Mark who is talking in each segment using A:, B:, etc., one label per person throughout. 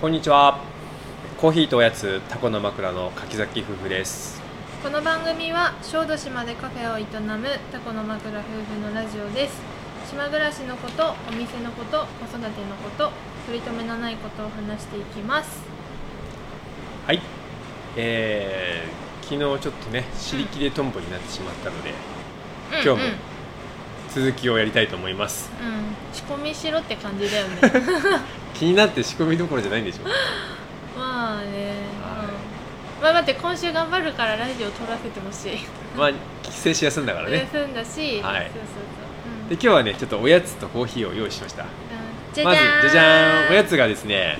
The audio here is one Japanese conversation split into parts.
A: こんにちはコーヒーとおやつタコの枕の柿崎夫婦です
B: この番組は小豆島でカフェを営むタコの枕夫婦のラジオです島暮らしのことお店のこと子育てのこと取り留めのないことを話していきます
A: はいえー、昨日ちょっとね尻切れトンボになってしまったので、
B: うん
A: 今日も続きをやりたいと思います
B: うん、うん、仕込みしろって感じだよ ね
A: 気になって仕込みどころじゃないんでしょ
B: まあね、
A: はい
B: うん、まあ待って今週頑張るからラジオ撮らせてほしい
A: まあ先週休んだからね
B: 休んだ
A: は
B: し、
A: い
B: そうそうそう、うん
A: で今日はねちょっとおやつとコーヒーを用意しました
B: うんじゃ
A: まず
B: じゃーん
A: じゃじゃーんおやつがですね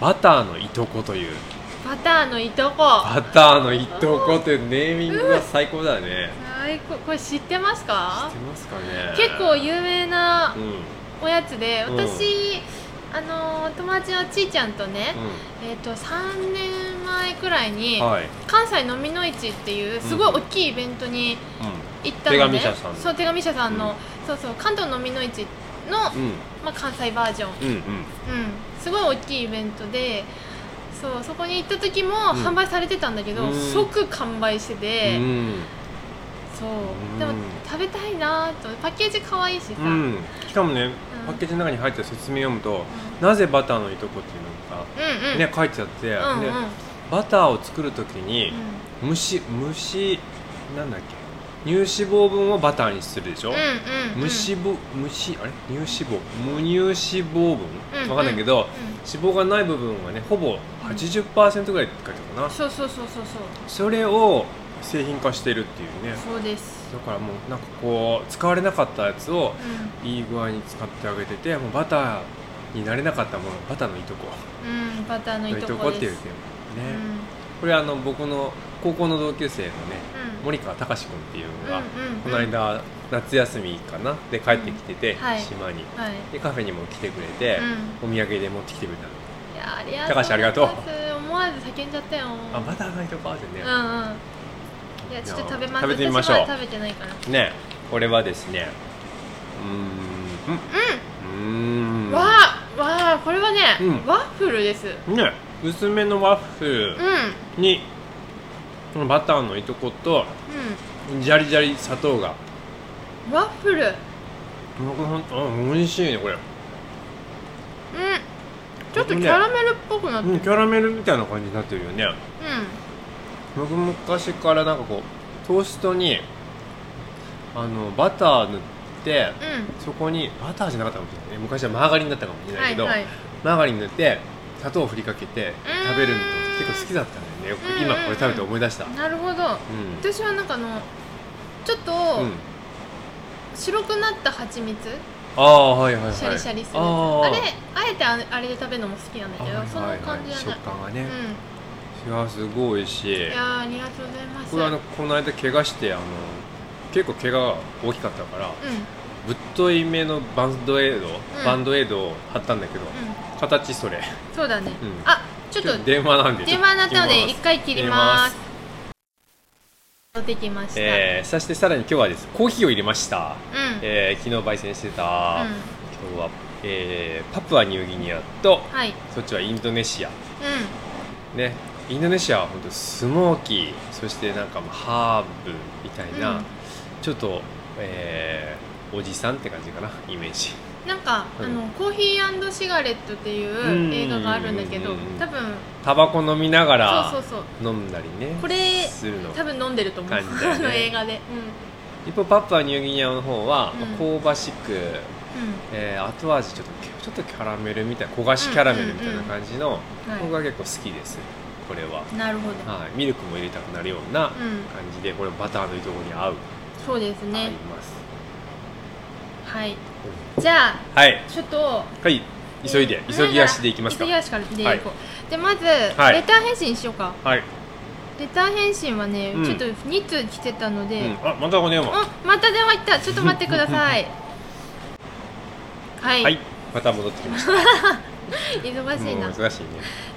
A: バターのいとこという
B: バターのいとこ
A: バターのいとこというネーミングが最高だね、
B: 最高これ知ってますか
A: 知ってますかね
B: 結構有名な
A: うんうん
B: おやつで
A: うん
B: 私、あのー友達のちいちゃんとね、えっ、と3年前くらいに、
A: はい、
B: 関西のみの市っていうすごい大きいイベントに
A: う
B: 行ったのね、
A: 手紙社さんの
B: そう手紙社さんの、
A: うん
B: そうそう関東のみの市の、
A: ん、うん、
B: まあ、関西バージョン、
A: うん、うん、
B: うん、すごい大きいイベントでそうそこに行った時も
A: うん
B: 販売されてたんだけど、
A: うん
B: 即完売してて、
A: うん、
B: そう
A: うん
B: でも食べたいなとパッケージ可愛いしさ、うん
A: うん、しかもね、パッケージの中に入ってる説明を読むと、なぜバターのいとこっていうの
B: うんう
A: が
B: ん
A: ね書いてあって、
B: うんうん
A: で
B: うん
A: バターを作るときに蒸し蒸しなんだっけ乳脂肪分をバターにするでしょ。
B: うんうん
A: 無脂肪無脂あれ乳脂肪無乳脂肪分、
B: うん
A: わかんないけど、
B: う
A: 脂肪がない部分はねほぼ80%ぐらいって書いてあるかな、
B: んそうそうそうそうそう
A: それを製品化してるっていうね
B: そうです
A: だからもうなんかこう使われなかったやつを
B: う
A: いい具合に使ってあげててもうバターになれなかったものバターのいとこ
B: ん、うん、バターのい
A: のい
B: と
A: と
B: こ
A: こっ
B: です
A: ていうテーマ
B: う
A: ね、
B: ん
A: これあの僕の高校の同級生のね
B: うん
A: 森川隆君っていうのが、
B: うんうんうん
A: この間夏休みかなで帰ってきてて、
B: うんはい
A: 島に
B: はい
A: でカフェにも来てくれて、お土産で持ってきてくれたの
B: いやありがとう
A: 高橋ありがとう
B: 思わず叫んじゃったよ
A: あバターのいとこってね、
B: うんうんいやちょっと食べます
A: 食べてみましょう
B: 私だ食べてないから
A: ねこれはですねうーんうんうーん
B: わあわあこれはね、
A: うん
B: ワッフルですうん
A: ね薄めのワッフルにこのバターのいとことジャリジャリ砂糖が
B: うんワッフルうん
A: うんほんとうん美味しいねこれ
B: ちょっとキャラメルっぽくなって
A: う
B: る、
A: んキャラメルみたいな感じになってるよね僕昔からなんかこうトーストにあのバター塗って
B: うんうん
A: そこにバターじゃなかったかもしれないね昔はマーガリンだったかもしれないけど、
B: はいはい
A: マーガリン塗って砂糖を振りかけて
B: うん
A: 食べるの結構好きだったんだよねよく今これ食べて思い出したうん
B: なるほど私はなんかあのちょっと
A: うん
B: 白くなった蜂蜜、
A: ああはいはいはい
B: シャリシャリするやつ
A: あ
B: あ
A: ー
B: れあえてああれで食べるのも好きなんだけど、
A: あはい
B: そ
A: は
B: の
A: い
B: 感じじゃな
A: 食
B: い、
A: 感がね、
B: う
A: いやすごい美味しい
B: ん、いやーありがとうございます
A: これあのこの間怪我してあの結構怪我が大きかったから
B: うんうん
A: ぶっとい目のバンドエイド、
B: ん
A: バンドエイドを貼ったんだけど、形それ
B: そうだね、
A: うん
B: あちょっと
A: 電話なんで
B: 電話になった
A: ちょ
B: ので
A: と切り
B: 一
A: ます
B: 回切ります戻ってきました、
A: えー、そしてさらに今日はですコーヒーを入れました、
B: うん、
A: えー、昨日焙煎してた、
B: う
A: 今日は、えーパプアニューギニアと
B: ん、はい
A: そっちはインドネシア
B: う
A: ねインドネシアは本当スモーキーそしてなんかもうハーブみたいな、
B: うん
A: ちょっと、えーおじさんって感じかなイメージ
B: んなんか、
A: うん
B: あのコーヒーシガレットって
A: う
B: い
A: ん
B: う映画があるんだけど多分
A: タバコ飲みなが
B: そう
A: ら
B: そうそう
A: 飲んだりね
B: これ
A: するの
B: 多分飲んでると思う、
A: 感じだよ
B: あ
A: ね
B: の映画で
A: 一方パプアニューギニアの方は、
B: うん
A: まあ香ばしく、
B: うん、うん
A: えー後味ちょっとちょっとキャラメルみたいな焦がしキャラメルみたいな感じの、
B: はい
A: 僕は結構好きですこれは、
B: なるほど、
A: はい、ミルクも入れたくなるような
B: うん
A: 感じでこれバターのいとこに合う、
B: そうです
A: 合い
B: ね
A: ます
B: はい、じゃあ
A: はい
B: ちょっと
A: はい急いで急ぎ足でい
B: い
A: きますか
B: 急ぎ足からでいこう、
A: はい
B: でまず、
A: い
B: レター返信しようか
A: はい、
B: レター返信はね、
A: うん
B: ちょっと2通来てたの
A: う
B: で、
A: ん、あまたお電話は
B: あまた電話いったちょっと待ってくださいはい、
A: い、また戻ってきました
B: 忙しい
A: も
B: な
A: う忙しいね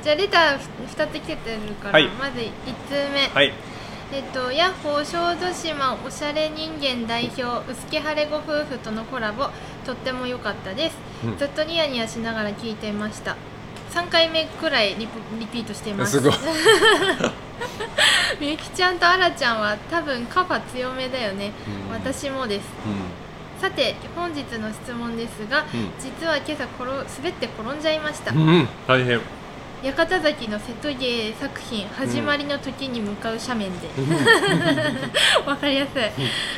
B: じゃあレター2つ来てるから、
A: はい
B: まず1通目、
A: はい
B: えっと、ヤッホー小豆島おしゃれ人間代表薄木晴れご夫婦とのコラボとっても良かったです、
A: うん
B: ずっとニヤニヤしながら聞いていました3回目くらいリポリピートしていま
A: す
B: す
A: ごい
B: みゆきちゃんとあらちゃんは多分カバ強めだよね、
A: うん
B: 私もです
A: う
B: さて本日の質問ですが
A: ん
B: 実は今朝転滑って転んじゃいました、
A: うん、うん、大変、うん、
B: 屋形崎の瀬戸芸作品「始まりの時に向かう斜面で」わかりやすい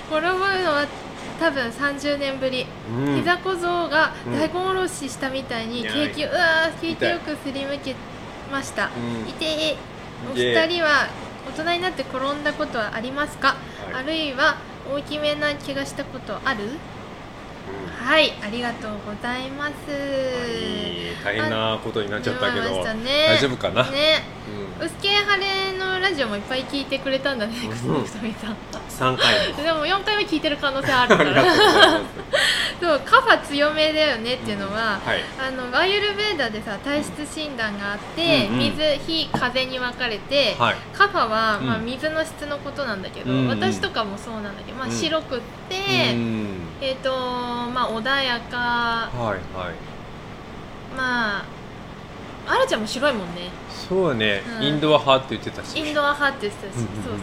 B: 転ぶのは多分30年ぶり
A: うん
B: 膝小僧が
A: うん
B: 大根おろししたみたいに
A: いや
B: 景気をうわー景気
A: 痛い
B: よくすりむけました
A: うん
B: いてえお
A: いて
B: 二
A: え
B: 人は大人になって転んだことはありますか、
A: はい
B: あるいは大きめな怪我したことあるはいありがとうございます
A: いい大変なことになっちゃったけ
B: 思いま
A: ど
B: したね
A: 大丈夫かな、
B: ね
A: う
B: ウ
A: ん、
B: スケハレのラジオもいっぱい聞いてくれたんだね
A: うん
B: くすみさん
A: 3回も
B: でも4回目聞いてる可能性ある
A: あ
B: か
A: りがとう
B: ら
A: ございま
B: そうカファ強めだよねっていうのは、
A: すはい
B: あのアユルベーダでさ体質診断があって、
A: うんうん
B: 水火風に分かれて、
A: はい
B: カファは、
A: うん
B: まあ、水の質のことなんだけど、
A: うんうん
B: 私とかもそうなんだけど、まあ、
A: うん
B: 白くって、
A: うん
B: えっ、とまあ穏やか
A: はいはい
B: まああらちゃんも白いもんね
A: そうだね、
B: うん
A: インドア派って言ってたし
B: インドア派って言ってたし、
A: うんうんうん
B: そうそう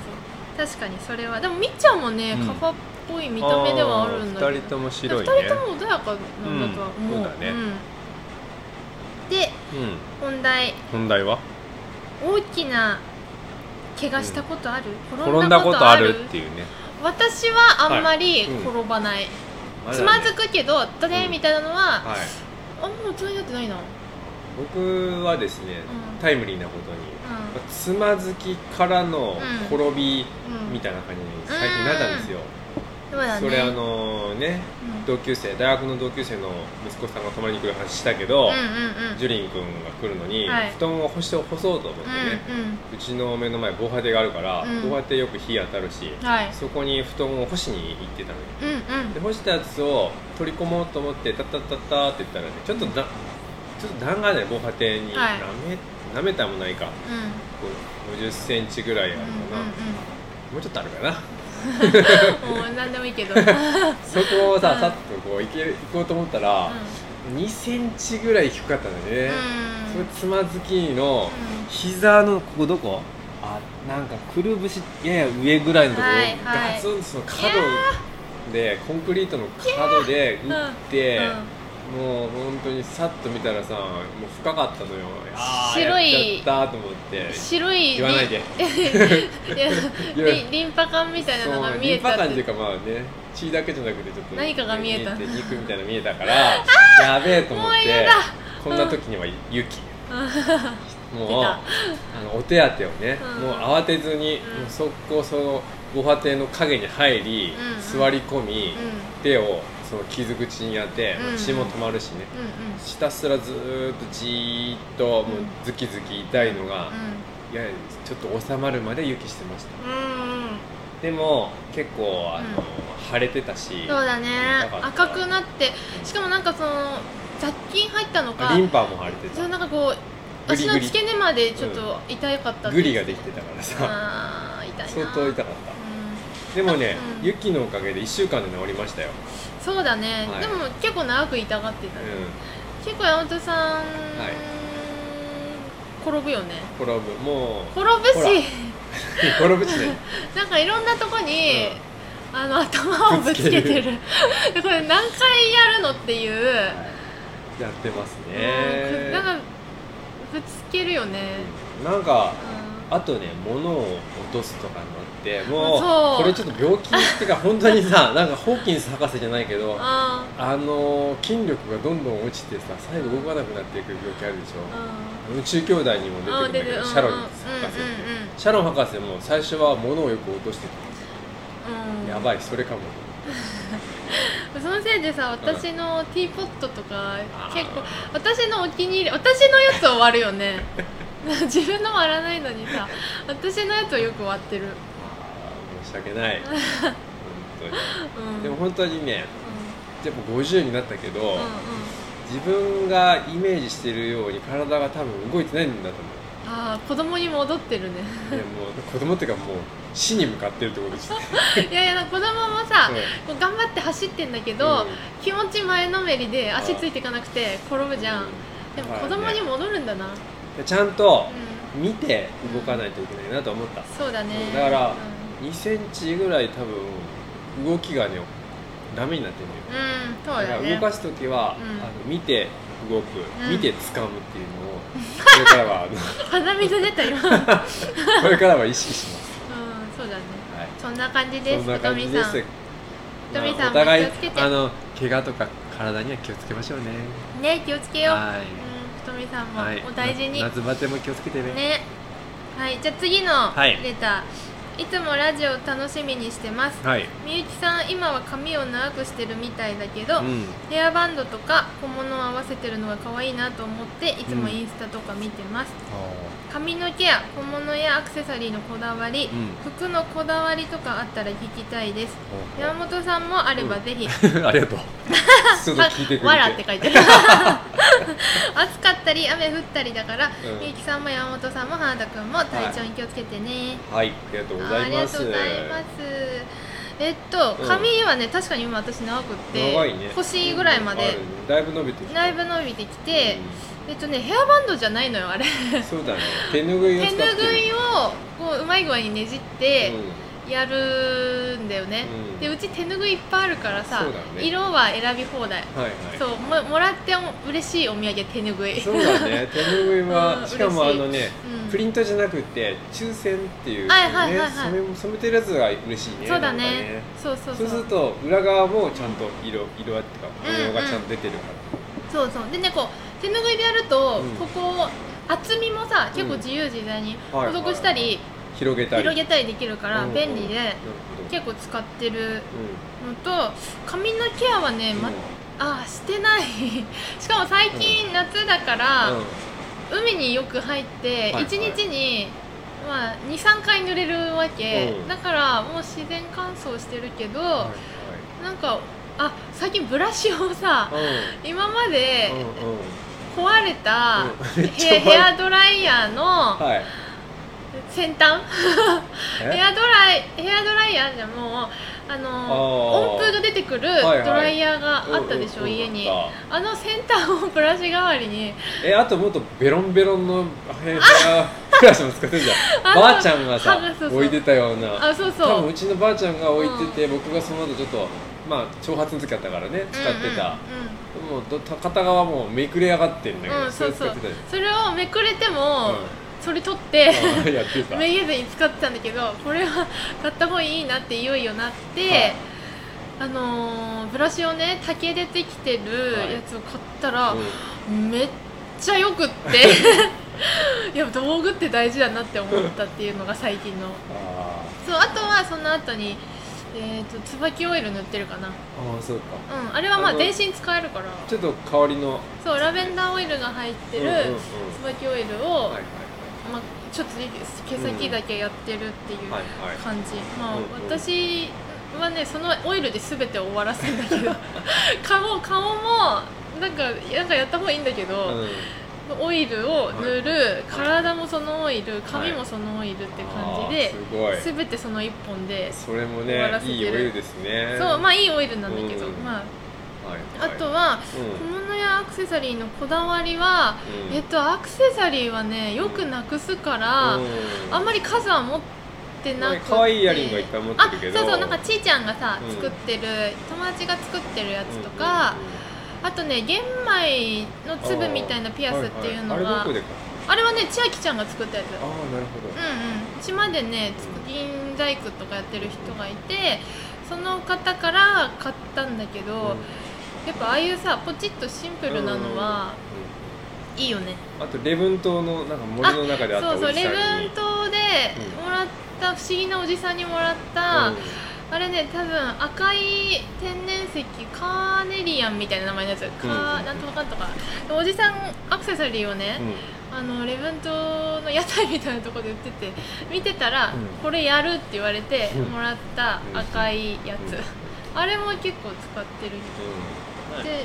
B: 確かにそれはでもみっちゃんもね、
A: うん
B: カファっぽい見た目ではあるんだけど
A: あー二人とも白いね
B: 二人とも穏やかなんだとは思う、
A: うんそうだね
B: んで
A: うん、
B: 本題
A: 本題は
B: 大きな怪我したことある、
A: 転んだことあるっていうね
B: 私はあんまり
A: はいうん
B: 転ばない、
A: あれ
B: つ
A: だ
B: ま
A: ね
B: ずくけどだね
A: うん
B: みたいなのは、
A: はい
B: あんま大人になってないな、うん、
A: 僕はですね、
B: うん
A: タイムリーなことにつまずきからの
B: うん
A: 転び
B: うん
A: みたいな感じに最近なったんですよ、
B: そうだね
A: それあのね
B: うん
A: 同級生大学の同級生の息子さんが泊まりに来る話したけど、
B: うんうんうん
A: ジュリン君が来るのに、
B: はい
A: 布団を干して干そうと思ってね、
B: う
A: うちの目の前防波堤があるから、
B: うん
A: 防波堤よく火当たるし、
B: んうんはい
A: そこに布団を干しに行ってたのよ
B: うんうん
A: で干したやつを取り込もうと思ってタッタッタッタッって言ったらねちょっとだ、ちょっと弾がね防波堤に、
B: はい
A: なめなめたもないか
B: うん
A: 5 0センチぐらいあるかな、
B: う
A: もうちょっとあるかな
B: んうんうん、もう何でもい いけど、うん、
A: そこをさ、
B: うん
A: さっとこう行ける行こうと思ったら、2センチぐらい低かったんだよね、それつまずきの
B: うん
A: 膝のここどこあなんかくるぶしやや上ぐらいのところ、
B: はいはい
A: ガツンとその角でコンクリートの角で打って、もう本当にさっと見たらさもう深かったのよあー
B: 白い
A: やっちゃったと思って
B: うん、白い
A: 言わないで
B: いやリンリンパ管みたいなのが見え
A: リンパ
B: た
A: 管
B: っ
A: っていう
B: て
A: かまあね血だけじゃなくてちょっと
B: 何かが見えた
A: て肉みたいなの見えた からやべえと思っ
B: もう嫌
A: て
B: だ
A: こんな時には勇気もうあ
B: 出た
A: のお手当てをね、
B: うん
A: もう慌てずに、
B: うん
A: もう速攻その防波堤の影に入り、
B: うん
A: 座り込み、
B: う
A: 手をその傷口に当て、
B: うん
A: 血も止まるしね
B: んうん
A: ひたすらずーっとじーっともうズキズキ痛いのが、いやちょっと収まるまで勇気してました
B: うんうんうん
A: でも結構あの、
B: う
A: 腫れてたし
B: そうだね
A: 痛かった
B: 赤くなってしかもなんかその雑菌入ったのか
A: リンパも腫れて
B: そう
A: た
B: なんかこう
A: グリ
B: 足
A: グリ
B: の付け根までちょっと痛かったって
A: グリができてたからさ
B: あー痛い
A: 相
B: な
A: 当痛かっ
B: うん
A: たでもね、
B: うん
A: ユキのおかげで1週間で治りましたよ、
B: そうだね、
A: はい
B: でも結構長く痛がってた、
A: う
B: ね
A: ん、
B: 結構山本さん、
A: はい
B: 転ぶよね
A: 転ぶもう
B: 転ぶ
A: ほら
B: し
A: 転ぶし ね
B: なんかいろんなとこに、あの頭をぶつけてる これ何回やるのっていう、
A: やってます
B: うん
A: ね
B: なんかぶつけるよね、
A: なんか
B: うん
A: あとね物を落とすとかになっても
B: そう
A: うこれちょっと病気っていうか本当にさなんかホーキンス博士じゃないけど
B: あ
A: あのー筋力がどんどん落ちてさ最後動かなくなっていく病気あるでし
B: ー
A: ょ
B: あ
A: 宇宙兄弟にも
B: ーあ
A: 出てくるんだけどシャロン博士ってシャロン博士も最初は物をよく落として
B: うんうんうんうんうん
A: たやばいそれかも
B: そのせいでさ私のティーポットとか
A: あー
B: 結構私のお気に入り 私のやつを割るよね 自分の割らないのにさ私のやつをよく割ってる、
A: あー申し訳ない本
B: う
A: 当
B: ん、
A: にでも本当にねやっぱ50になったけど、
B: うんうんうん
A: 自分がイメージしてるように体が多分動いてないんだと思
B: ああ子供に戻っ てるね
A: ういやもう子供っていうかもう死に向かってるってことですね、
B: いやいやなんか子供もさ、こう頑張って走ってんだけ
A: う
B: ど、
A: ん
B: 気持ち前のめりで足ついていかなくて転ぶじゃん、
A: う
B: でも子供に戻るんだな、
A: でちゃんと
B: う
A: 見て動かないといけないなと思った
B: ん、そうだね
A: だから
B: う
A: 2センチぐらい多分動きがねダメになってるのよ
B: ん、うんそうだね
A: 動かす時は、
B: うん
A: あの見て動く、
B: うん
A: 見て掴むっていうのをこれからはあの
B: 鼻水出たよ、うん、そうだね
A: これからは意識します、はい
B: そんな感じです
A: そんな感じです
B: ひとみ
A: まあ
B: ひとみさん
A: お互い
B: も気をつけて
A: あの怪我とか体には気をつけましょうね
B: さんね気をつけよう、うん、
A: は
B: ひとみさん
A: い、
B: も
A: はい、
B: お大事に、
A: な夏バテも気をつけてね
B: ねはいじゃあ次の
A: はい
B: レター、い、つもラジオ楽しみにしてます
A: はい、
B: みゆきさん今は髪を長くしてるみたいだけど、
A: うん、
B: ヘアバンドとか小物を合わせてるのが可愛いなと思っていつもインスタとか見てます、髪のケア小物やアクセサリーのこだわり、
A: うん
B: 服のこだわりとかあったら聞きたいです山本さんもあれば ぜひ、
A: ありがとう すぐ聞いてくれて
B: わらって書いてる 暑かったり雨降ったりだから、
A: うん
B: みゆきさんも山本さんも花田くんも体調に気をつけてね、
A: はいありがとうござ
B: あ
A: い
B: りが
A: ま
B: と
A: す
B: うございますえっと
A: うん
B: 髪はね確かに今私長くって
A: 長いね
B: 腰ぐらいまで
A: あるねだいぶ伸びてきた
B: だいぶ伸びてきて、えっとねヘアバンドじゃないのよ あれ
A: うんそうだね手ぬぐいを
B: 手
A: 使っ
B: ぬ
A: てる
B: ぐいをこううまい具合にねじってやるんだよね、
A: うん
B: でうち手ぬぐいいっぱいあるからさ、
A: そうだね
B: 色は選び放題、
A: うん、はいはい
B: そうももらってお嬉しいお土産手ぬぐい
A: そうだ ね、手ぬぐいは、
B: うん
A: しかもあ
B: 嬉しい
A: のね、
B: うん
A: プリントじゃなくて抽選っていうね、
B: はいはいはいはい
A: 染め染めてるやつが嬉しいね。
B: そうだ
A: なん
B: ね
A: か
B: そうそうそ
A: そう
B: う
A: す
B: そう
A: ると裏側もちゃんと色色あってか
B: うん
A: 模様がちゃんと出てるか
B: そうでねこう手ぬぐいでやると、
A: うん
B: ここ厚みもさ結構自由自在に
A: はいは
B: 補
A: い
B: 足したり、
A: ら、広げたり。
B: 広げたりできるから
A: うん
B: 便利
A: うんなるほ
B: で
A: ど
B: 結構使ってる
A: う
B: のと髪のケアはね、
A: ん
B: まあーしてない しかも最近夏だから、
A: うん
B: 海によく入って
A: はいはい
B: 1日に、まあ、23回濡れるわけ、
A: うん
B: だからもう自然乾燥してるけど、
A: はい
B: なんかあ最近ブラシをさ
A: はい
B: 今まで
A: うんうんうん
B: 壊れた
A: うんめっちゃ
B: ヘ
A: 前
B: ヘアドライヤーの
A: はい。
B: 先端
A: え
B: ヘアドライヘアドライヤーじゃもうあの
A: あー
B: 温風が出てくるド
A: いはい
B: ライヤーがあったでしょ、
A: うんうん
B: 家に
A: あっ
B: あの先端をブラシ代わりに
A: たえあともっとベロンベロンの ヘアブラシも使ってるじゃん。ばあちゃんがさ
B: 歯がそうそう
A: 置いてたような。
B: あそうそ
A: 多
B: う
A: 分うちのばあちゃんが置いてて、僕がその後ちょっとまあ挑発の時あったからね使ってた、もうど片側もうめくれ上がってんだけ
B: うんうん、
A: ど、
B: うん、
A: そ
B: そ
A: れ
B: う
A: 使
B: そ
A: っ
B: う
A: てたよ、
B: それをめくれても、
A: う
B: それ取って
A: ん、あーやってた
B: めげずに使ってたんだけどこれは買った方がいいなっていよいよなって、
A: はい
B: あのーブラシをね竹でできてるやつを買ったら、
A: う
B: めっちゃよくって いや道具って大事だなって思ったっていうのが最近
A: ん
B: の
A: あ
B: そうあとはその後にえー、と椿オイル塗ってるかな
A: ーあーそうか
B: うんあれはまあ
A: あの
B: 全身使えるから
A: ちょっと香りの
B: そうラベンダーオイルが入ってる
A: うんうんうん
B: 椿オイルを、
A: はいはい
B: まあ、ちょっと毛先だけやってるっていう
A: はいはい
B: 感じ、
A: う
B: まあ、
A: んうん
B: 私はねそのオイルで全て終わらせるんだけど 顔顔もなんかなんかやった方がいいんだけど、
A: うん
B: オイルを塗る、体もそのオイル髪
A: は
B: も
A: い
B: そのオイルって感じ
A: あ
B: で
A: ー、すごい
B: 全てその一本で、
A: それも
B: 終わら
A: ね
B: せてる
A: いいお湯ですね
B: そうまあいいオイルなんだけど、
A: うん
B: ま
A: はい
B: あ、あ
A: はい
B: とは
A: うん
B: 小物やアクセサリーのこだわりは、
A: うん
B: えっとアクセサリーはねよくなくすから、
A: うん
B: あんまり数は持ってなくて
A: 可愛いイヤリングはいっぱい持ってるけど
B: あそうそうなんかちーちゃんがさ
A: うん
B: 作ってる、友達が作ってるやつとか、
A: うんうんうん
B: あとね玄米の粒みたいなピアスっていうのが、
A: ははあれどこ
B: あれ
A: で買った
B: はね千秋ちゃんが作ったやつ
A: ああなるほど、
B: うんうん島でねつく銀細工とかやってる人がいてその方から買ったんだけど、
A: うん
B: やっぱああいうさポチッとシンプルなのは、いいよね
A: あとレブン島のなんか森の中であった
B: そうそう
A: おじ
B: 礼
A: さんに
B: 文島で
A: うん
B: もらった、不思議なおじさんにもらった、あれね多分赤い天然石カーネリアンみたいな名前のやつカー、
A: うん
B: なんとかかんとかでおじさんアクセサリーをね、
A: うんうん
B: あのレブン島の屋台みたいなところで売ってて見てたら、
A: うん
B: これやるって言われて
A: うん
B: もらった赤いやつ、
A: うん
B: あれも結構使ってる
A: うん
B: で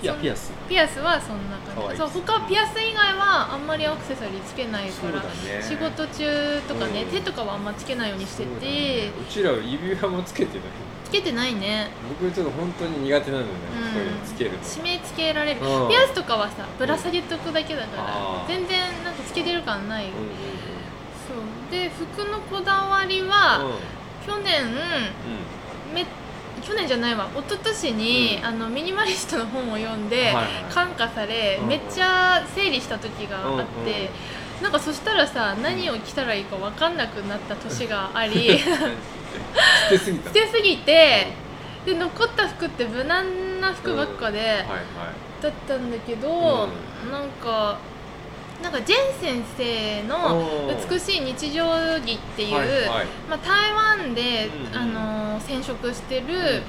A: いや
B: そん
A: ピアス
B: ピアスはそんな感
A: 可
B: じ
A: 愛い
B: そう他ピアス以外はあんまりアクセサリーつけないから、
A: ね
B: 仕事中とかね、
A: うん
B: 手とかはあんまつけないようにして
A: そうだ
B: て、
A: ねうちらは指輪もつけてない
B: けてないね
A: 僕ちょっと本当に苦手なんだよね、
B: うん
A: そういうのつけるの
B: 締め付けられる、
A: うん
B: ピアスとかはさぶら下げとくだけだか
A: あ
B: ら
A: ー
B: 全然なんかつけてる感ない、
A: うんうん
B: そうで服のこだわり
A: うんうん
B: は、去年め去年じゃないわ一昨年に、
A: うん
B: あのミニマリストの本を読んで、
A: はいはい
B: 感化され、
A: うん
B: めっちゃ整理した時があって、
A: うんうん
B: なんかそしたらさ何を着たらいいか分かんなくなった年があ り
A: 捨てすぎた
B: 捨てすぎてで残った服って無難な服ばっかで、
A: はいはい
B: だったんだけど、
A: う
B: なんかなんかジェン先生の「美しい日常着」っていう、
A: はいはい
B: まあ、台湾で、
A: うん
B: あのー染色してる
A: うんうん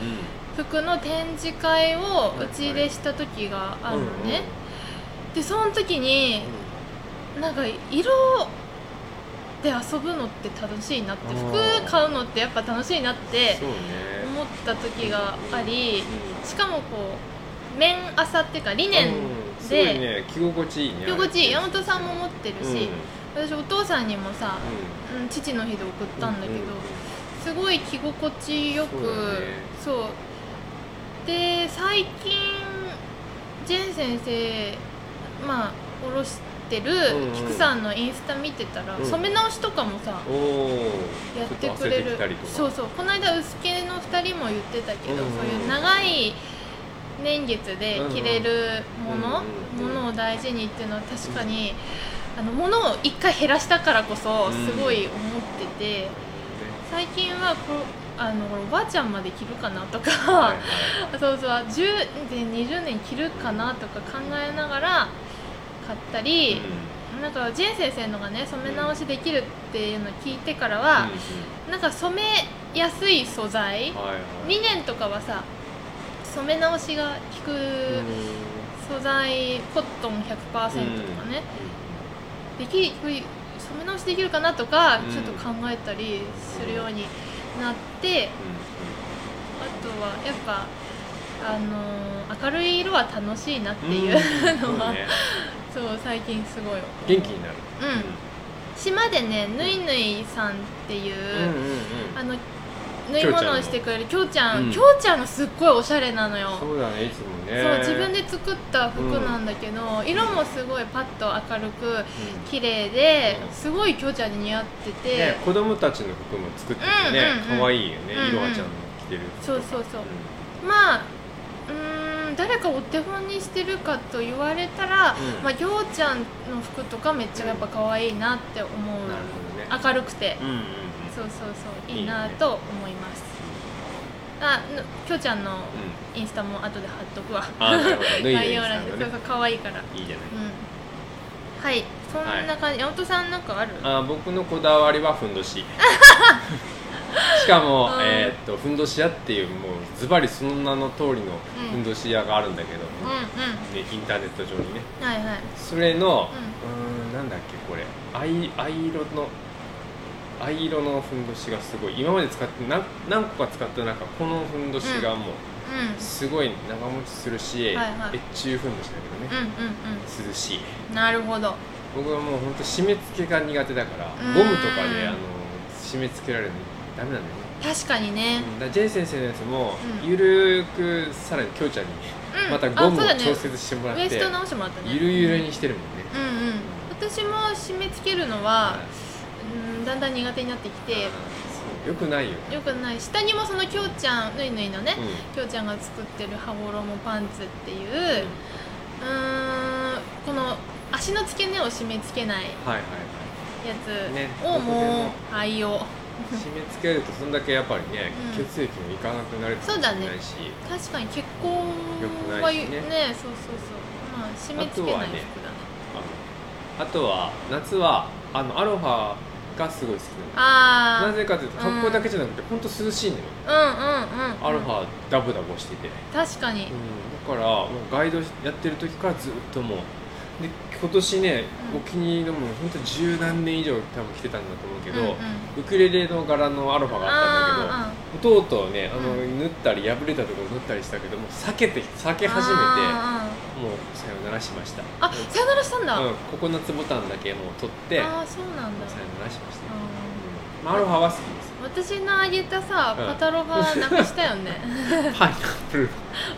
B: 服の展示会を
A: はいう
B: ちでした時があるのね、でその
A: う
B: 時に
A: んうん
B: なんか色で遊ぶのって楽しいなって
A: あー
B: 服買うのってやっぱ楽しいなって
A: そうね
B: 思った時があり
A: うん
B: しかもこう綿麻っていうかリ
A: うん
B: ネン
A: すごい
B: で
A: ね着心地いいね
B: 着心地いい山本さんも持ってるし、私お父さんにもさ
A: う、んうん
B: うん、父の日で送ったんだけど、
A: うう
B: すごい着心地よく
A: そうだね
B: そう,、で最近ジェン先生まあおろしてる
A: うんうん
B: キクさんのインスタ見てたら、
A: うん
B: 染め直しとかもさ、
A: んおお
B: やってくれるそう
A: そ
B: そうこの間薄毛の2人も言ってたけど、
A: うんうん
B: そういう長い年月で着れるも
A: う
B: の、
A: んうんうん
B: ものを大事にっていうのは確かに、あのものを1回減らしたからこそ
A: うん
B: すごい思ってて、最近はこうあのおばあちゃんまで着るかなとか、
A: はいはい
B: そうそう10年20年着るかなとか考えながら買ったり、なんかジェン先生のがね染め直しできるっていうのを聞いてからは、なんか染めやすい素材、
A: うんうんはいはい
B: リネンとかはさ染め直しが効
A: うん
B: く素材、コットン100%とかね、できこういう染め直しできるかなとか、
A: うん
B: ちょっと考えたりするようになってあとはやっぱあのー明るい色は楽しいなって
A: うんうんう
B: いう
A: ん
B: のは、
A: そうね
B: そう最近すごい
A: 元気になる
B: うん島でねぬいぬいさんっていう、
A: うんうんうん
B: あの縫い物をしてくれるきょうちゃ
A: うんん
B: きょうちゃんがすっごいおしゃれなのよそう
A: そうだねいつもね
B: 自分で作った服なんだけど、色もすごいパッと明るく
A: うん
B: 綺麗で
A: うん
B: すごいきょうちゃんに似合ってて、
A: ね子供たちの服も作ってるよね
B: うんうんうん
A: 可愛いよね
B: うんうん
A: いろはちゃんの着てる
B: そうそうそうまあうーん誰かお手本にしてるかと言われたら、
A: うん
B: まあ、きょうちゃんの服とかめっちゃやっぱ可愛いなって思う、
A: うんなるほどね
B: 明るくて、
A: うんうんうん
B: そうそうそういいなと思いますあぬきょうちゃんの
A: うん
B: インスタも後で貼っとくわ
A: あなるほど脱いで
B: 概
A: いい
B: 要
A: です
B: 欄で、そうそう可愛いから。う
A: いいじゃない
B: ん。はい、そんな感じ。山本さんなんかある？
A: あー僕のこだわりはふんどし しかも
B: うん、
A: えーっとふんどし屋っていうもうズバリその名の通りのふんどし屋があるんだけど、
B: うんうん。
A: ね、インターネット上にね
B: はいはい。
A: それの、うーん、なんだっけこれ藍藍色の藍色のふんどしがすごい今まで使って何何個か使った中このふんどしがもう
B: う
A: すごい長持ちするし、
B: はいはい
A: 越中ふんどしだけどね、
B: ん。うんうん
A: 涼しい
B: うん。なるほど。
A: 僕はもう本当締め付けが苦手だから
B: うん
A: ゴムとかであの締め付けられるのダメなんだよね、
B: 確かに
A: う
B: ね。
A: ん、だからジェイ先生のやつも
B: うん
A: ゆるーくさらにきょうちゃんに
B: うん。
A: またゴムを
B: あそうだね
A: 調節してもら
B: ウ
A: っ
B: エ
A: て、
B: スト直してもらったね。
A: ゆるゆるに。してるもんね、
B: うんうん。私も締め付けるのは、うんだんだん苦手になってきて、
A: そうよくないよ、
B: よくない。下にもそのきょうちゃんぬいぬいのね
A: う、ん
B: きょうちゃんが作ってる羽衣パンツっていう。うーんこの足の付け根を締め付けない
A: はいはいはい
B: や
A: ね
B: つをもう愛用、
A: 締め付けるとそんだけやっぱりね、
B: うん
A: 血液もいかなくなる
B: そうだね
A: ないし
B: 確かに血行
A: 良くな
B: は
A: い
B: ね
A: しね
B: そうそうそうまあ締め付けない服だね
A: あのあとは夏はあのアロハがすごい好きなのな
B: あ
A: ぜかというと格好だけじゃなくて、本当涼しいのよ
B: あうんうんうん
A: アロハダボダボしてて、
B: 確かに
A: だからもうガイドやってる時からずっともうで今年ね、
B: うん
A: お気に入りのもう本当十何年以上多分着てたんだと思うけど、
B: うんうん
A: ウクレレの柄のアロハがあったんだけどと
B: あ
A: うとうねあの、
B: う
A: 縫ったり破れたところ縫ったりしたけどもう避けて避
B: ー
A: け始めて
B: あ
A: もうさよならしました
B: ーあさよならしたんだ、
A: うん、ココナッツボタンだけもう取ってさよ
B: ああそうなんだ
A: ならしました、
B: あ
A: うマロハは好きです
B: 私のあげたさ
A: うん
B: パタロがなくしたよね
A: パイナップル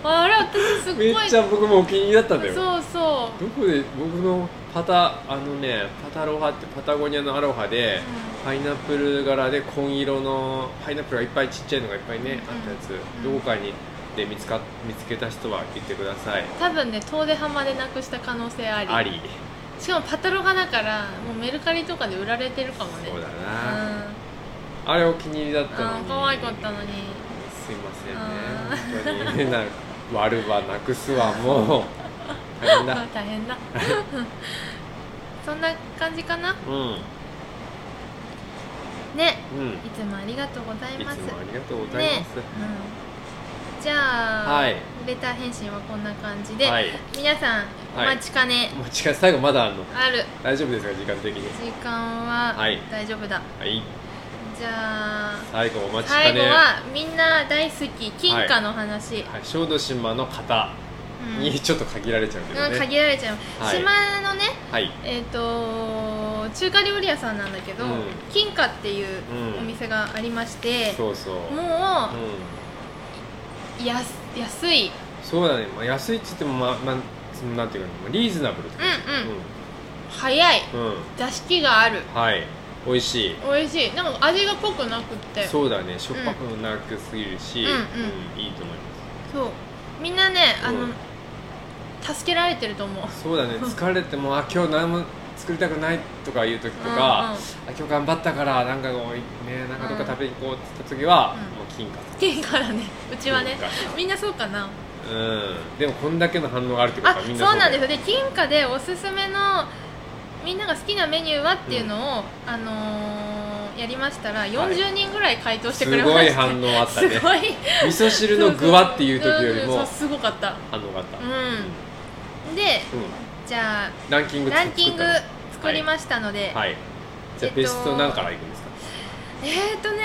B: あれ私すっごい
A: めっちゃ僕もお気に入りだったんだよ
B: そうそ
A: どこで僕のパタあのねパタロハってパタゴニアのアロハで、パイナップル柄で紺色のパイナップルがいっぱいちっちゃいのがいっぱいね、
B: うん
A: あったやつ、
B: ん
A: どこかにで見つか見つけた人は言ってくださいう
B: 多分ね遠出浜でなくした可能性あり
A: あり
B: しかもパタロがだからもうメルカリとかで売られてるかもね
A: そうだ
B: うん
A: な、あれお気に入りだったの
B: うん
A: に
B: 可愛かったのに
A: すいませ
B: あ
A: んね本当になんか割るわなくすわ もう大変
B: まあ
A: だ
B: 大変だそんな感じかな
A: うんうん
B: ねいつもありがとうござい
A: いつも
B: ます
A: ありがとうございます、
B: うんじゃあ、
A: はい
B: レター返信はこんな感じで、
A: はい
B: 皆さんお
A: はい
B: 待ちかね、
A: もう近い最後まだあんの
B: ある
A: 大丈夫ですか時間的に
B: 時間は
A: はい
B: 大丈夫だ、
A: はい
B: じゃあ
A: 最後お待ちかね
B: 最後はみんな大好き金貨の話、
A: はい、小豆島の方
B: うん
A: にちょっと限られちゃうけどね、
B: うん限られちゃう、
A: はい
B: 島のね
A: はい
B: えっ、と中華料理屋さんなんだけど、
A: うん
B: 金貨っていう
A: うん
B: お店がありまして、
A: そうそう、う
B: も
A: ん、
B: う、やす安い
A: そうだね、まあ、安いっつってもまあまあそのなんていうかなまあリーズナブルとか
B: うんうん、早い
A: うん、うん
B: 座敷がある
A: はい美味しい
B: 美味しいなんか味が濃くなくってそう
A: そうだねしょっぱくもなくすぎるし、
B: うんうん
A: うんいいと思いま
B: みんなねあの、
A: うん
B: 助けられてると思う
A: すそうだね疲れてもあ今日何も作りたくないとかいう時とか、
B: うんうん
A: あ今日頑張ったからなんかこうねなんかどっか食べに行こうって言った時は、
B: うん
A: もう金貨
B: 金貨だねうちはね
A: 金
B: みんなそうかな
A: うんでもこんだけの反応があるってこと
B: あ
A: はみんな
B: そうな
A: だ
B: んで
A: よ
B: すよで金貨でおすすめのみんなが好きなメニューはっていうのを、あのーやりましたら40人ぐらい回答して
A: す
B: くれま
A: ごい
B: した、
A: 反応あったね
B: すごい
A: 味噌汁の具はっていう時より
B: うんう
A: も
B: んそうすごかった
A: 反応があった、
B: う
A: う
B: で
A: ん
B: じゃあ
A: ランキング
B: ランキング
A: 作っ
B: 作りましたので、
A: たのはいじゃあ
B: えっと
A: ベスト何からいくんですか、
B: えー、っとね、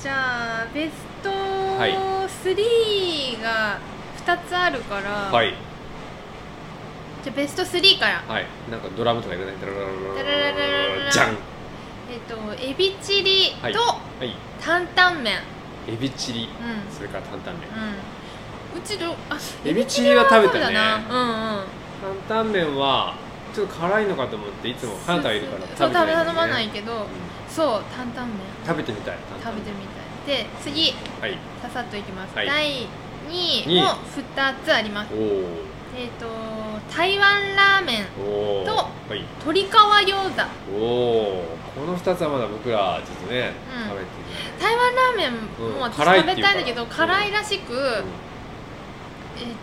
B: じゃあベスト
A: い
B: 3が2つあるから、
A: はいはい
B: じゃあベスト3から
A: はいなんかドラムとかいらないダラララ
B: ダ
A: ラ
B: ララララララ
A: じゃん
B: えっとエビチリ
A: はい
B: と
A: はい
B: 担々麺、
A: エビチリ
B: うん
A: それから担々麺
B: うんうちどあ
A: エビチリは食べたね
B: そうだなうんうん
A: 担々麺はちょっと辛いのかと思っていつもカナタいるから
B: そう
A: 食べてないんだよね、
B: 食べ頼まないけ
A: う
B: ど
A: ん
B: そう担々麺
A: 食べてみたい
B: 食べてみたいで次
A: たいはい
B: ささっといきます、
A: はい
B: 第2位も2つあります
A: お
B: えっ、と台湾ラーメン
A: ーおー
B: と
A: はい
B: 鶏皮餃子
A: おおこの2つはまだ僕らちょっとね、
B: うん
A: 食べて
B: 台湾ラーメンも私
A: うん
B: 食べたいんだけど、
A: 辛
B: 辛
A: い
B: いらしく、
A: ない、
B: えっ、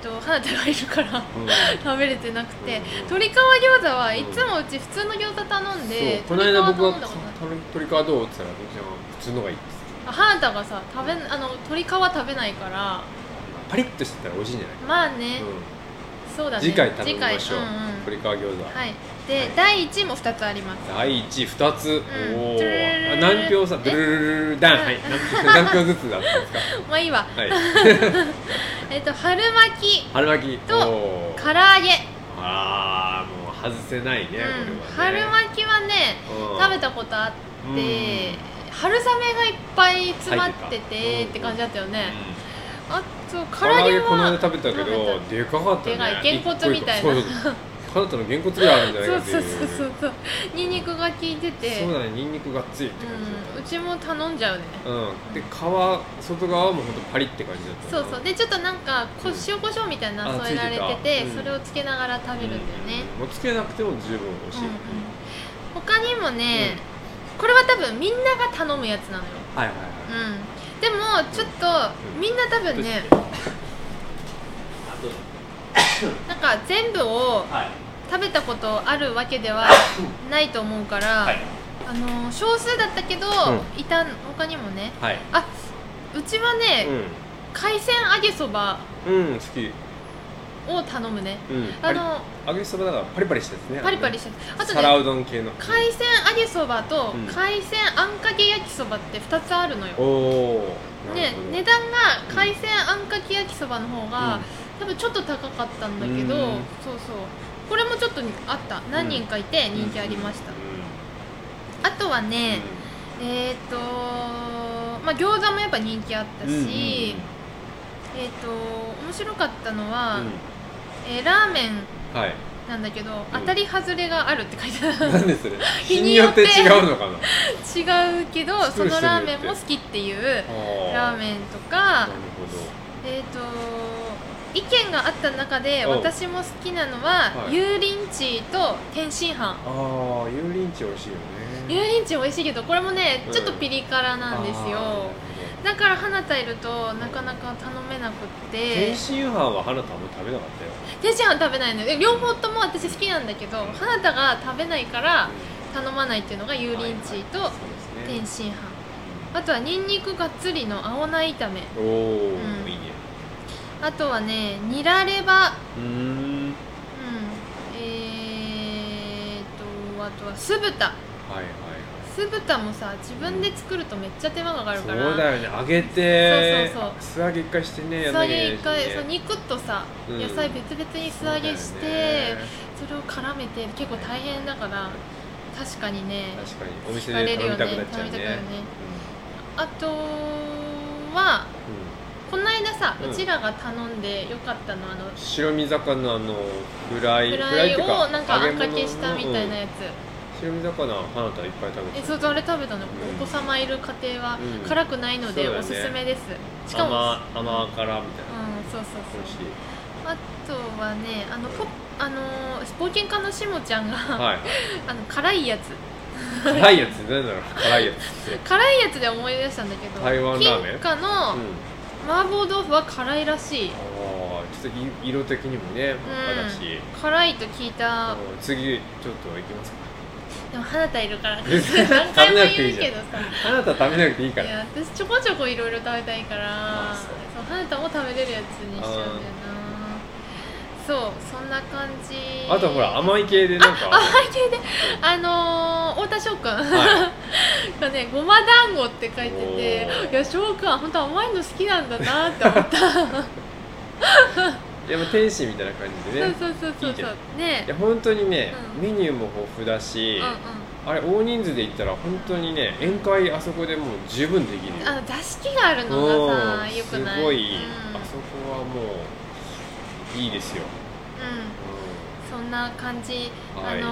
B: と花手がいるから
A: うんうん
B: 食べれてなくて、
A: うん
B: 鶏皮餃子はい
A: うん
B: つもうち普通の餃子頼んで、
A: そうこの間僕
B: 鶏
A: が
B: 皮頼んだことない
A: 「鳥皮どう?」って言ったら「じゃあ普通のがいい」って
B: あ花田がさ食べんあの鶏皮食べないから
A: パリッとしてたら美味しいんじゃない、
B: まあね、
A: う
B: そうだ
A: ん、
B: ね
A: 次回食べましょう、
B: 次回うんうん
A: 鳥皮餃子、
B: はいで、
A: はい
B: 第1位も2つあります
A: 第1位2つ、
B: うん
A: おお
B: ドゥルルルルル
A: 何票さ
B: え
A: ドゥルルルルルダンはい何票何票ずつだったんですか
B: まあいいわ
A: はい
B: えっ、と春巻き
A: 春巻き
B: と
A: おー
B: 唐揚げ、
A: あーもう外せないね、
B: うん、
A: これ
B: 春
A: はね
B: 巻きはね食べたことあって、春雨がいっぱい詰まっ
A: 入
B: て
A: って
B: て
A: た
B: って感じだったよ
A: べ
B: ね、あそう
A: 唐
B: 唐
A: 揚
B: 揚げ
A: げこの
B: は
A: 間食べたけどでかかったね
B: でかいげんこつみたいな
A: 一個一個そうそうカナタのげんこつぐらいあるんじゃない
B: そ
A: か
B: う
A: って
B: そ
A: いう
B: うそうそうそうにんにくが効いてて
A: そうだねにんにくがっついって感じだ
B: うん、うちも頼んじゃうね、
A: った、うんで皮外側もほんとパリって感じだった
B: そうそうでちょっとなんかこ塩コショウみたいな
A: あ
B: の添えられ
A: つ
B: て
A: い
B: て
A: てたうん
B: それをつけながら食べるんだよね、
A: うんもうつけなくても十分美味しい、
B: うんうん他にもね、これは多分みんなが頼むやつなのよ、
A: はいはいは
B: う
A: い、
B: ん、でもちょっとみんな多分ね
A: あと
B: なんか全部を
A: はい
B: 食べたことあるわけではないと思うから、
A: はい
B: あの少数だったけど、
A: う
B: いた他にもね
A: はい
B: あうちはね、海鮮揚げそば
A: うん、うん、好き
B: を頼むね
A: うん
B: あ
A: パリ
B: の
A: 揚げそばだからパリパリしてですね
B: パリパリ
A: し
B: して
A: あ
B: あと
A: 皿
B: ね
A: うどん系の
B: 海鮮揚げそばと
A: うん
B: 海鮮あんかけ焼きそばって2つあるのよ、
A: おお
B: ね、値段が海鮮あんかけ焼きそばの方が、
A: うん
B: 多分ちょっと高かったんだ
A: う
B: けど、
A: ん
B: そうそうこれもちょっとあった何人かいて人気ありました、
A: う
B: あとはね、えーっ、とまあ餃子もやっぱ人気あったし、
A: うんうんうん
B: えーっ、と面白かったのは、
A: う
B: えーラーメン
A: ん はい
B: なんだけど、当たり外れがあるって書いてあ る
A: 何ですね
B: 日
A: 日
B: に
A: に
B: よ
A: よ
B: っ
A: ってて違うのかな
B: 違うけど
A: 作
B: そ
A: る人によって
B: のラーメンも好きっていうラー
A: ン
B: メンと
A: な
B: か
A: る
B: えーっ、と意見があった中で
A: お
B: 私も好きなのは、
A: はい
B: 油淋鶏と天津飯
A: ほどああ油淋鶏美味しいよね
B: 油淋鶏美味しいけどこれもね
A: うん
B: ちょっとピリ辛なんですよ、
A: あーなるほど
B: だから花田いるとなかなか頼めなくって
A: 天津飯は花田あんま食べなかったよ
B: 天津飯食べないのよえ両方とも私好きなんだけど花田が食べないから頼まないっていうのが油淋鶏と天
A: 津
B: 津飯あとはニンニクがっつりの青菜炒め
A: おおー、
B: うん
A: いいね
B: あとはねニラレバ
A: うーん
B: うんえーっとあとは酢豚
A: はいはいはい
B: 酢豚もさ自分で作るとめっちゃ手間がかかる
A: そ
B: か
A: う
B: ら
A: だよね揚げて
B: そうそうそ
A: 素
B: う
A: 揚げ一回してねやん
B: 素
A: な
B: 揚
A: きゃ
B: げ
A: い
B: 一
A: けないしね
B: 回そう肉とさ
A: うん
B: 野菜別々に素揚げし
A: そうだ
B: て
A: よね
B: それを絡めて結構大変だから確かにね
A: 確かにお店で頼みたくなっちゃう
B: 惹かれるよね頼みたくな
A: ね
B: るねあとは
A: うんうん
B: この間さ、う
A: うん
B: ちらが頼んでよかったのあの
A: 白身魚のあのフライ
B: フライ
A: って
B: を
A: いう
B: なんかあんか
A: 揚
B: けしたみたいな
A: うん
B: やつ、
A: 白身魚は花田いっぱい食べて
B: えそうあれ食べたの、
A: ん
B: お子様いる家庭は
A: うん
B: 辛くないの
A: そう
B: で
A: だよ
B: お
A: ね
B: すすめです、しかも
A: 甘甘辛みたいな
B: うんそうそう
A: 美味し
B: そう
A: い
B: あとはねあのポあのー冒険家のしもちゃんが、
A: はい
B: あの辛いやつ
A: 辛いやつなんだろう辛いやつって
B: 辛いやつで思い出したんだけど
A: 台湾ラーメン
B: 金華の
A: うん
B: 麻婆豆腐は辛いらしい、
A: あーちょっとい色的にもね真っ赤だし、
B: 辛いと聞いた
A: うん次ちょっと行きますか
B: でも花田いるから
A: 別に
B: 何回
A: 食
B: も
A: べなくてい
B: 言
A: いうじゃん
B: けどさ
A: 花田食べなくていいか
B: い
A: ら
B: や私ちょこちょこいろいろ食べたいから
A: あ
B: そ
A: そう
B: 花田も食べれるやつにしちゃうんだよなそうそんな感じ
A: あとほら甘い系でなんか
B: あ甘い系であのー、太田翔くん、
A: は
B: がねごま団子って書いてて
A: おー
B: いや翔くんは本当甘いの好きなんだなって思った
A: い、でも天使みたいな感じで
B: そう
A: ね
B: そうそうそう
A: いいじゃ
B: そうね
A: いや本当にね、
B: うん
A: メニューも豊富だし、
B: うんうん
A: あれ大人数で行ったら本当にね宴会あそこでもう十分できるよ
B: あの座敷があるの
A: う
B: がさ
A: ん
B: よくない
A: すごい、
B: うん
A: あそこはもういいですよ、
B: うん
A: う
B: そんな感じ、
A: はい
B: あのー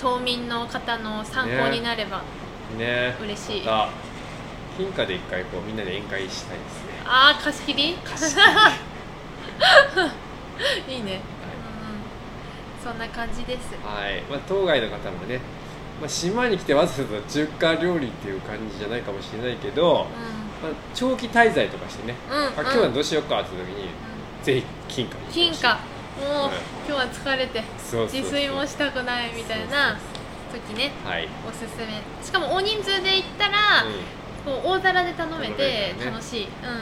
B: 島民の方の参考になれば
A: ん、ね
B: 嬉しい、
A: ま
B: あ
A: た金貨で一回こうみんなで宴会したいですね
B: あー貸し切り
A: 貸し
B: いいね、うん、そんな感じです
A: はい、まあ、当該の方もね、まあ、島に来てわざわざ中華料理っていう感じじゃないかもしれないけど、
B: う
A: まあ、長期滞在とかしてね、
B: ん、うん、
A: あ今日はどうしようかって時にぜひ金貨
B: うん
A: に
B: 金貨もう、
A: うん
B: 今日は疲れて
A: そうそうそう
B: 自炊もしたくないみたいな
A: そう
B: 時ね
A: はい、うん、
B: おすすめしかも大人数で行ったら、こう大皿で頼
A: 頼め
B: めて
A: るからね
B: 楽しい、うん
A: は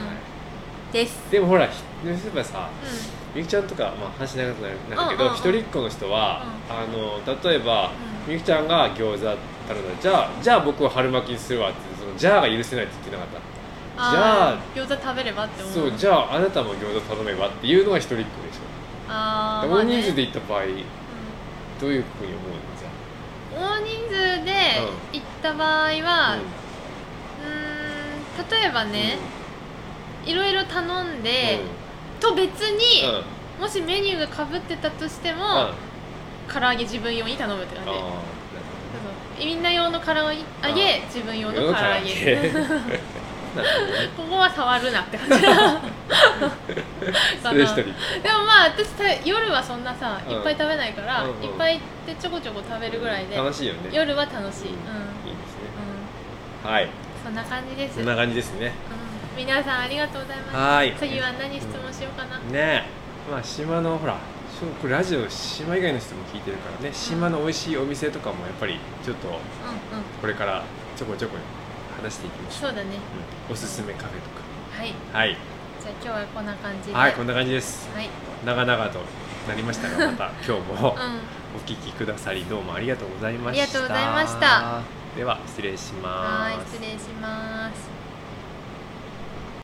A: い
B: です、
A: でもほらひそういえばさ
B: う
A: みゆきちゃんとか、まあ、話しなくなるんだけ
B: うんうんう
A: ど
B: ん
A: 一人っ子の人は、あの例えば、みゆきちゃんが餃子頼んだらじゃあじゃあ僕は春巻きにするわってそのじゃあが許せないって言ってなかった
B: ん、
A: じゃ
B: あ
A: あ
B: ー餃子食べればって思う
A: そうじゃああなたも餃子頼めばっていうのが一人っ子でしょ
B: あー
A: で
B: まあ
A: 大
B: ね
A: 人数で行った場合
B: う
A: どういうふうに思うのじゃ
B: ん大人数で行った場合は
A: あ、
B: うーん例えばね、いろいろ頼んで、と別
A: うんうん
B: に、
A: うん
B: もしメニューがかぶってたとしても、
A: あ
B: 唐揚げ自分用に頼むって感
A: ーな
B: じ
A: る
B: そう
A: ほ
B: そうみんな用の唐揚げ自分用の唐揚げ
A: 世の中 だけ なるほどね
B: ここは触るなっ て感じ
A: それ一人っ子
B: でもまあ私さ夜はそんなさ
A: うん
B: いっぱい食べないから、
A: うんうん
B: いっぱいってちょこちょこ食べるぐらいで、
A: 楽しいよね
B: 夜は楽しい、うん
A: いいですね
B: う
A: はい
B: ん、そんな感じです、
A: そ
B: うんん、
A: な感じですね
B: 皆さんありがとうございます
A: はい
B: 次は何質問しようかな、うん
A: ねえまあ島のほらそうこれラジオ島以外の人も聞いてるからね島の美味しいお店とかもやっぱりちょっと
B: うん、
A: これからちょこちょこ話していきましょ
B: そうだ
A: う、
B: ね
A: うんおすすめカフェとか
B: はい
A: はい
B: じゃあ今日はこんな感じでは
A: はいこんな感じです
B: はい
A: 長々となりましたがま た今日も
B: う
A: お聞きくださりどうもありがとうございました
B: ありがとうございました
A: では失礼します
B: んはい失礼します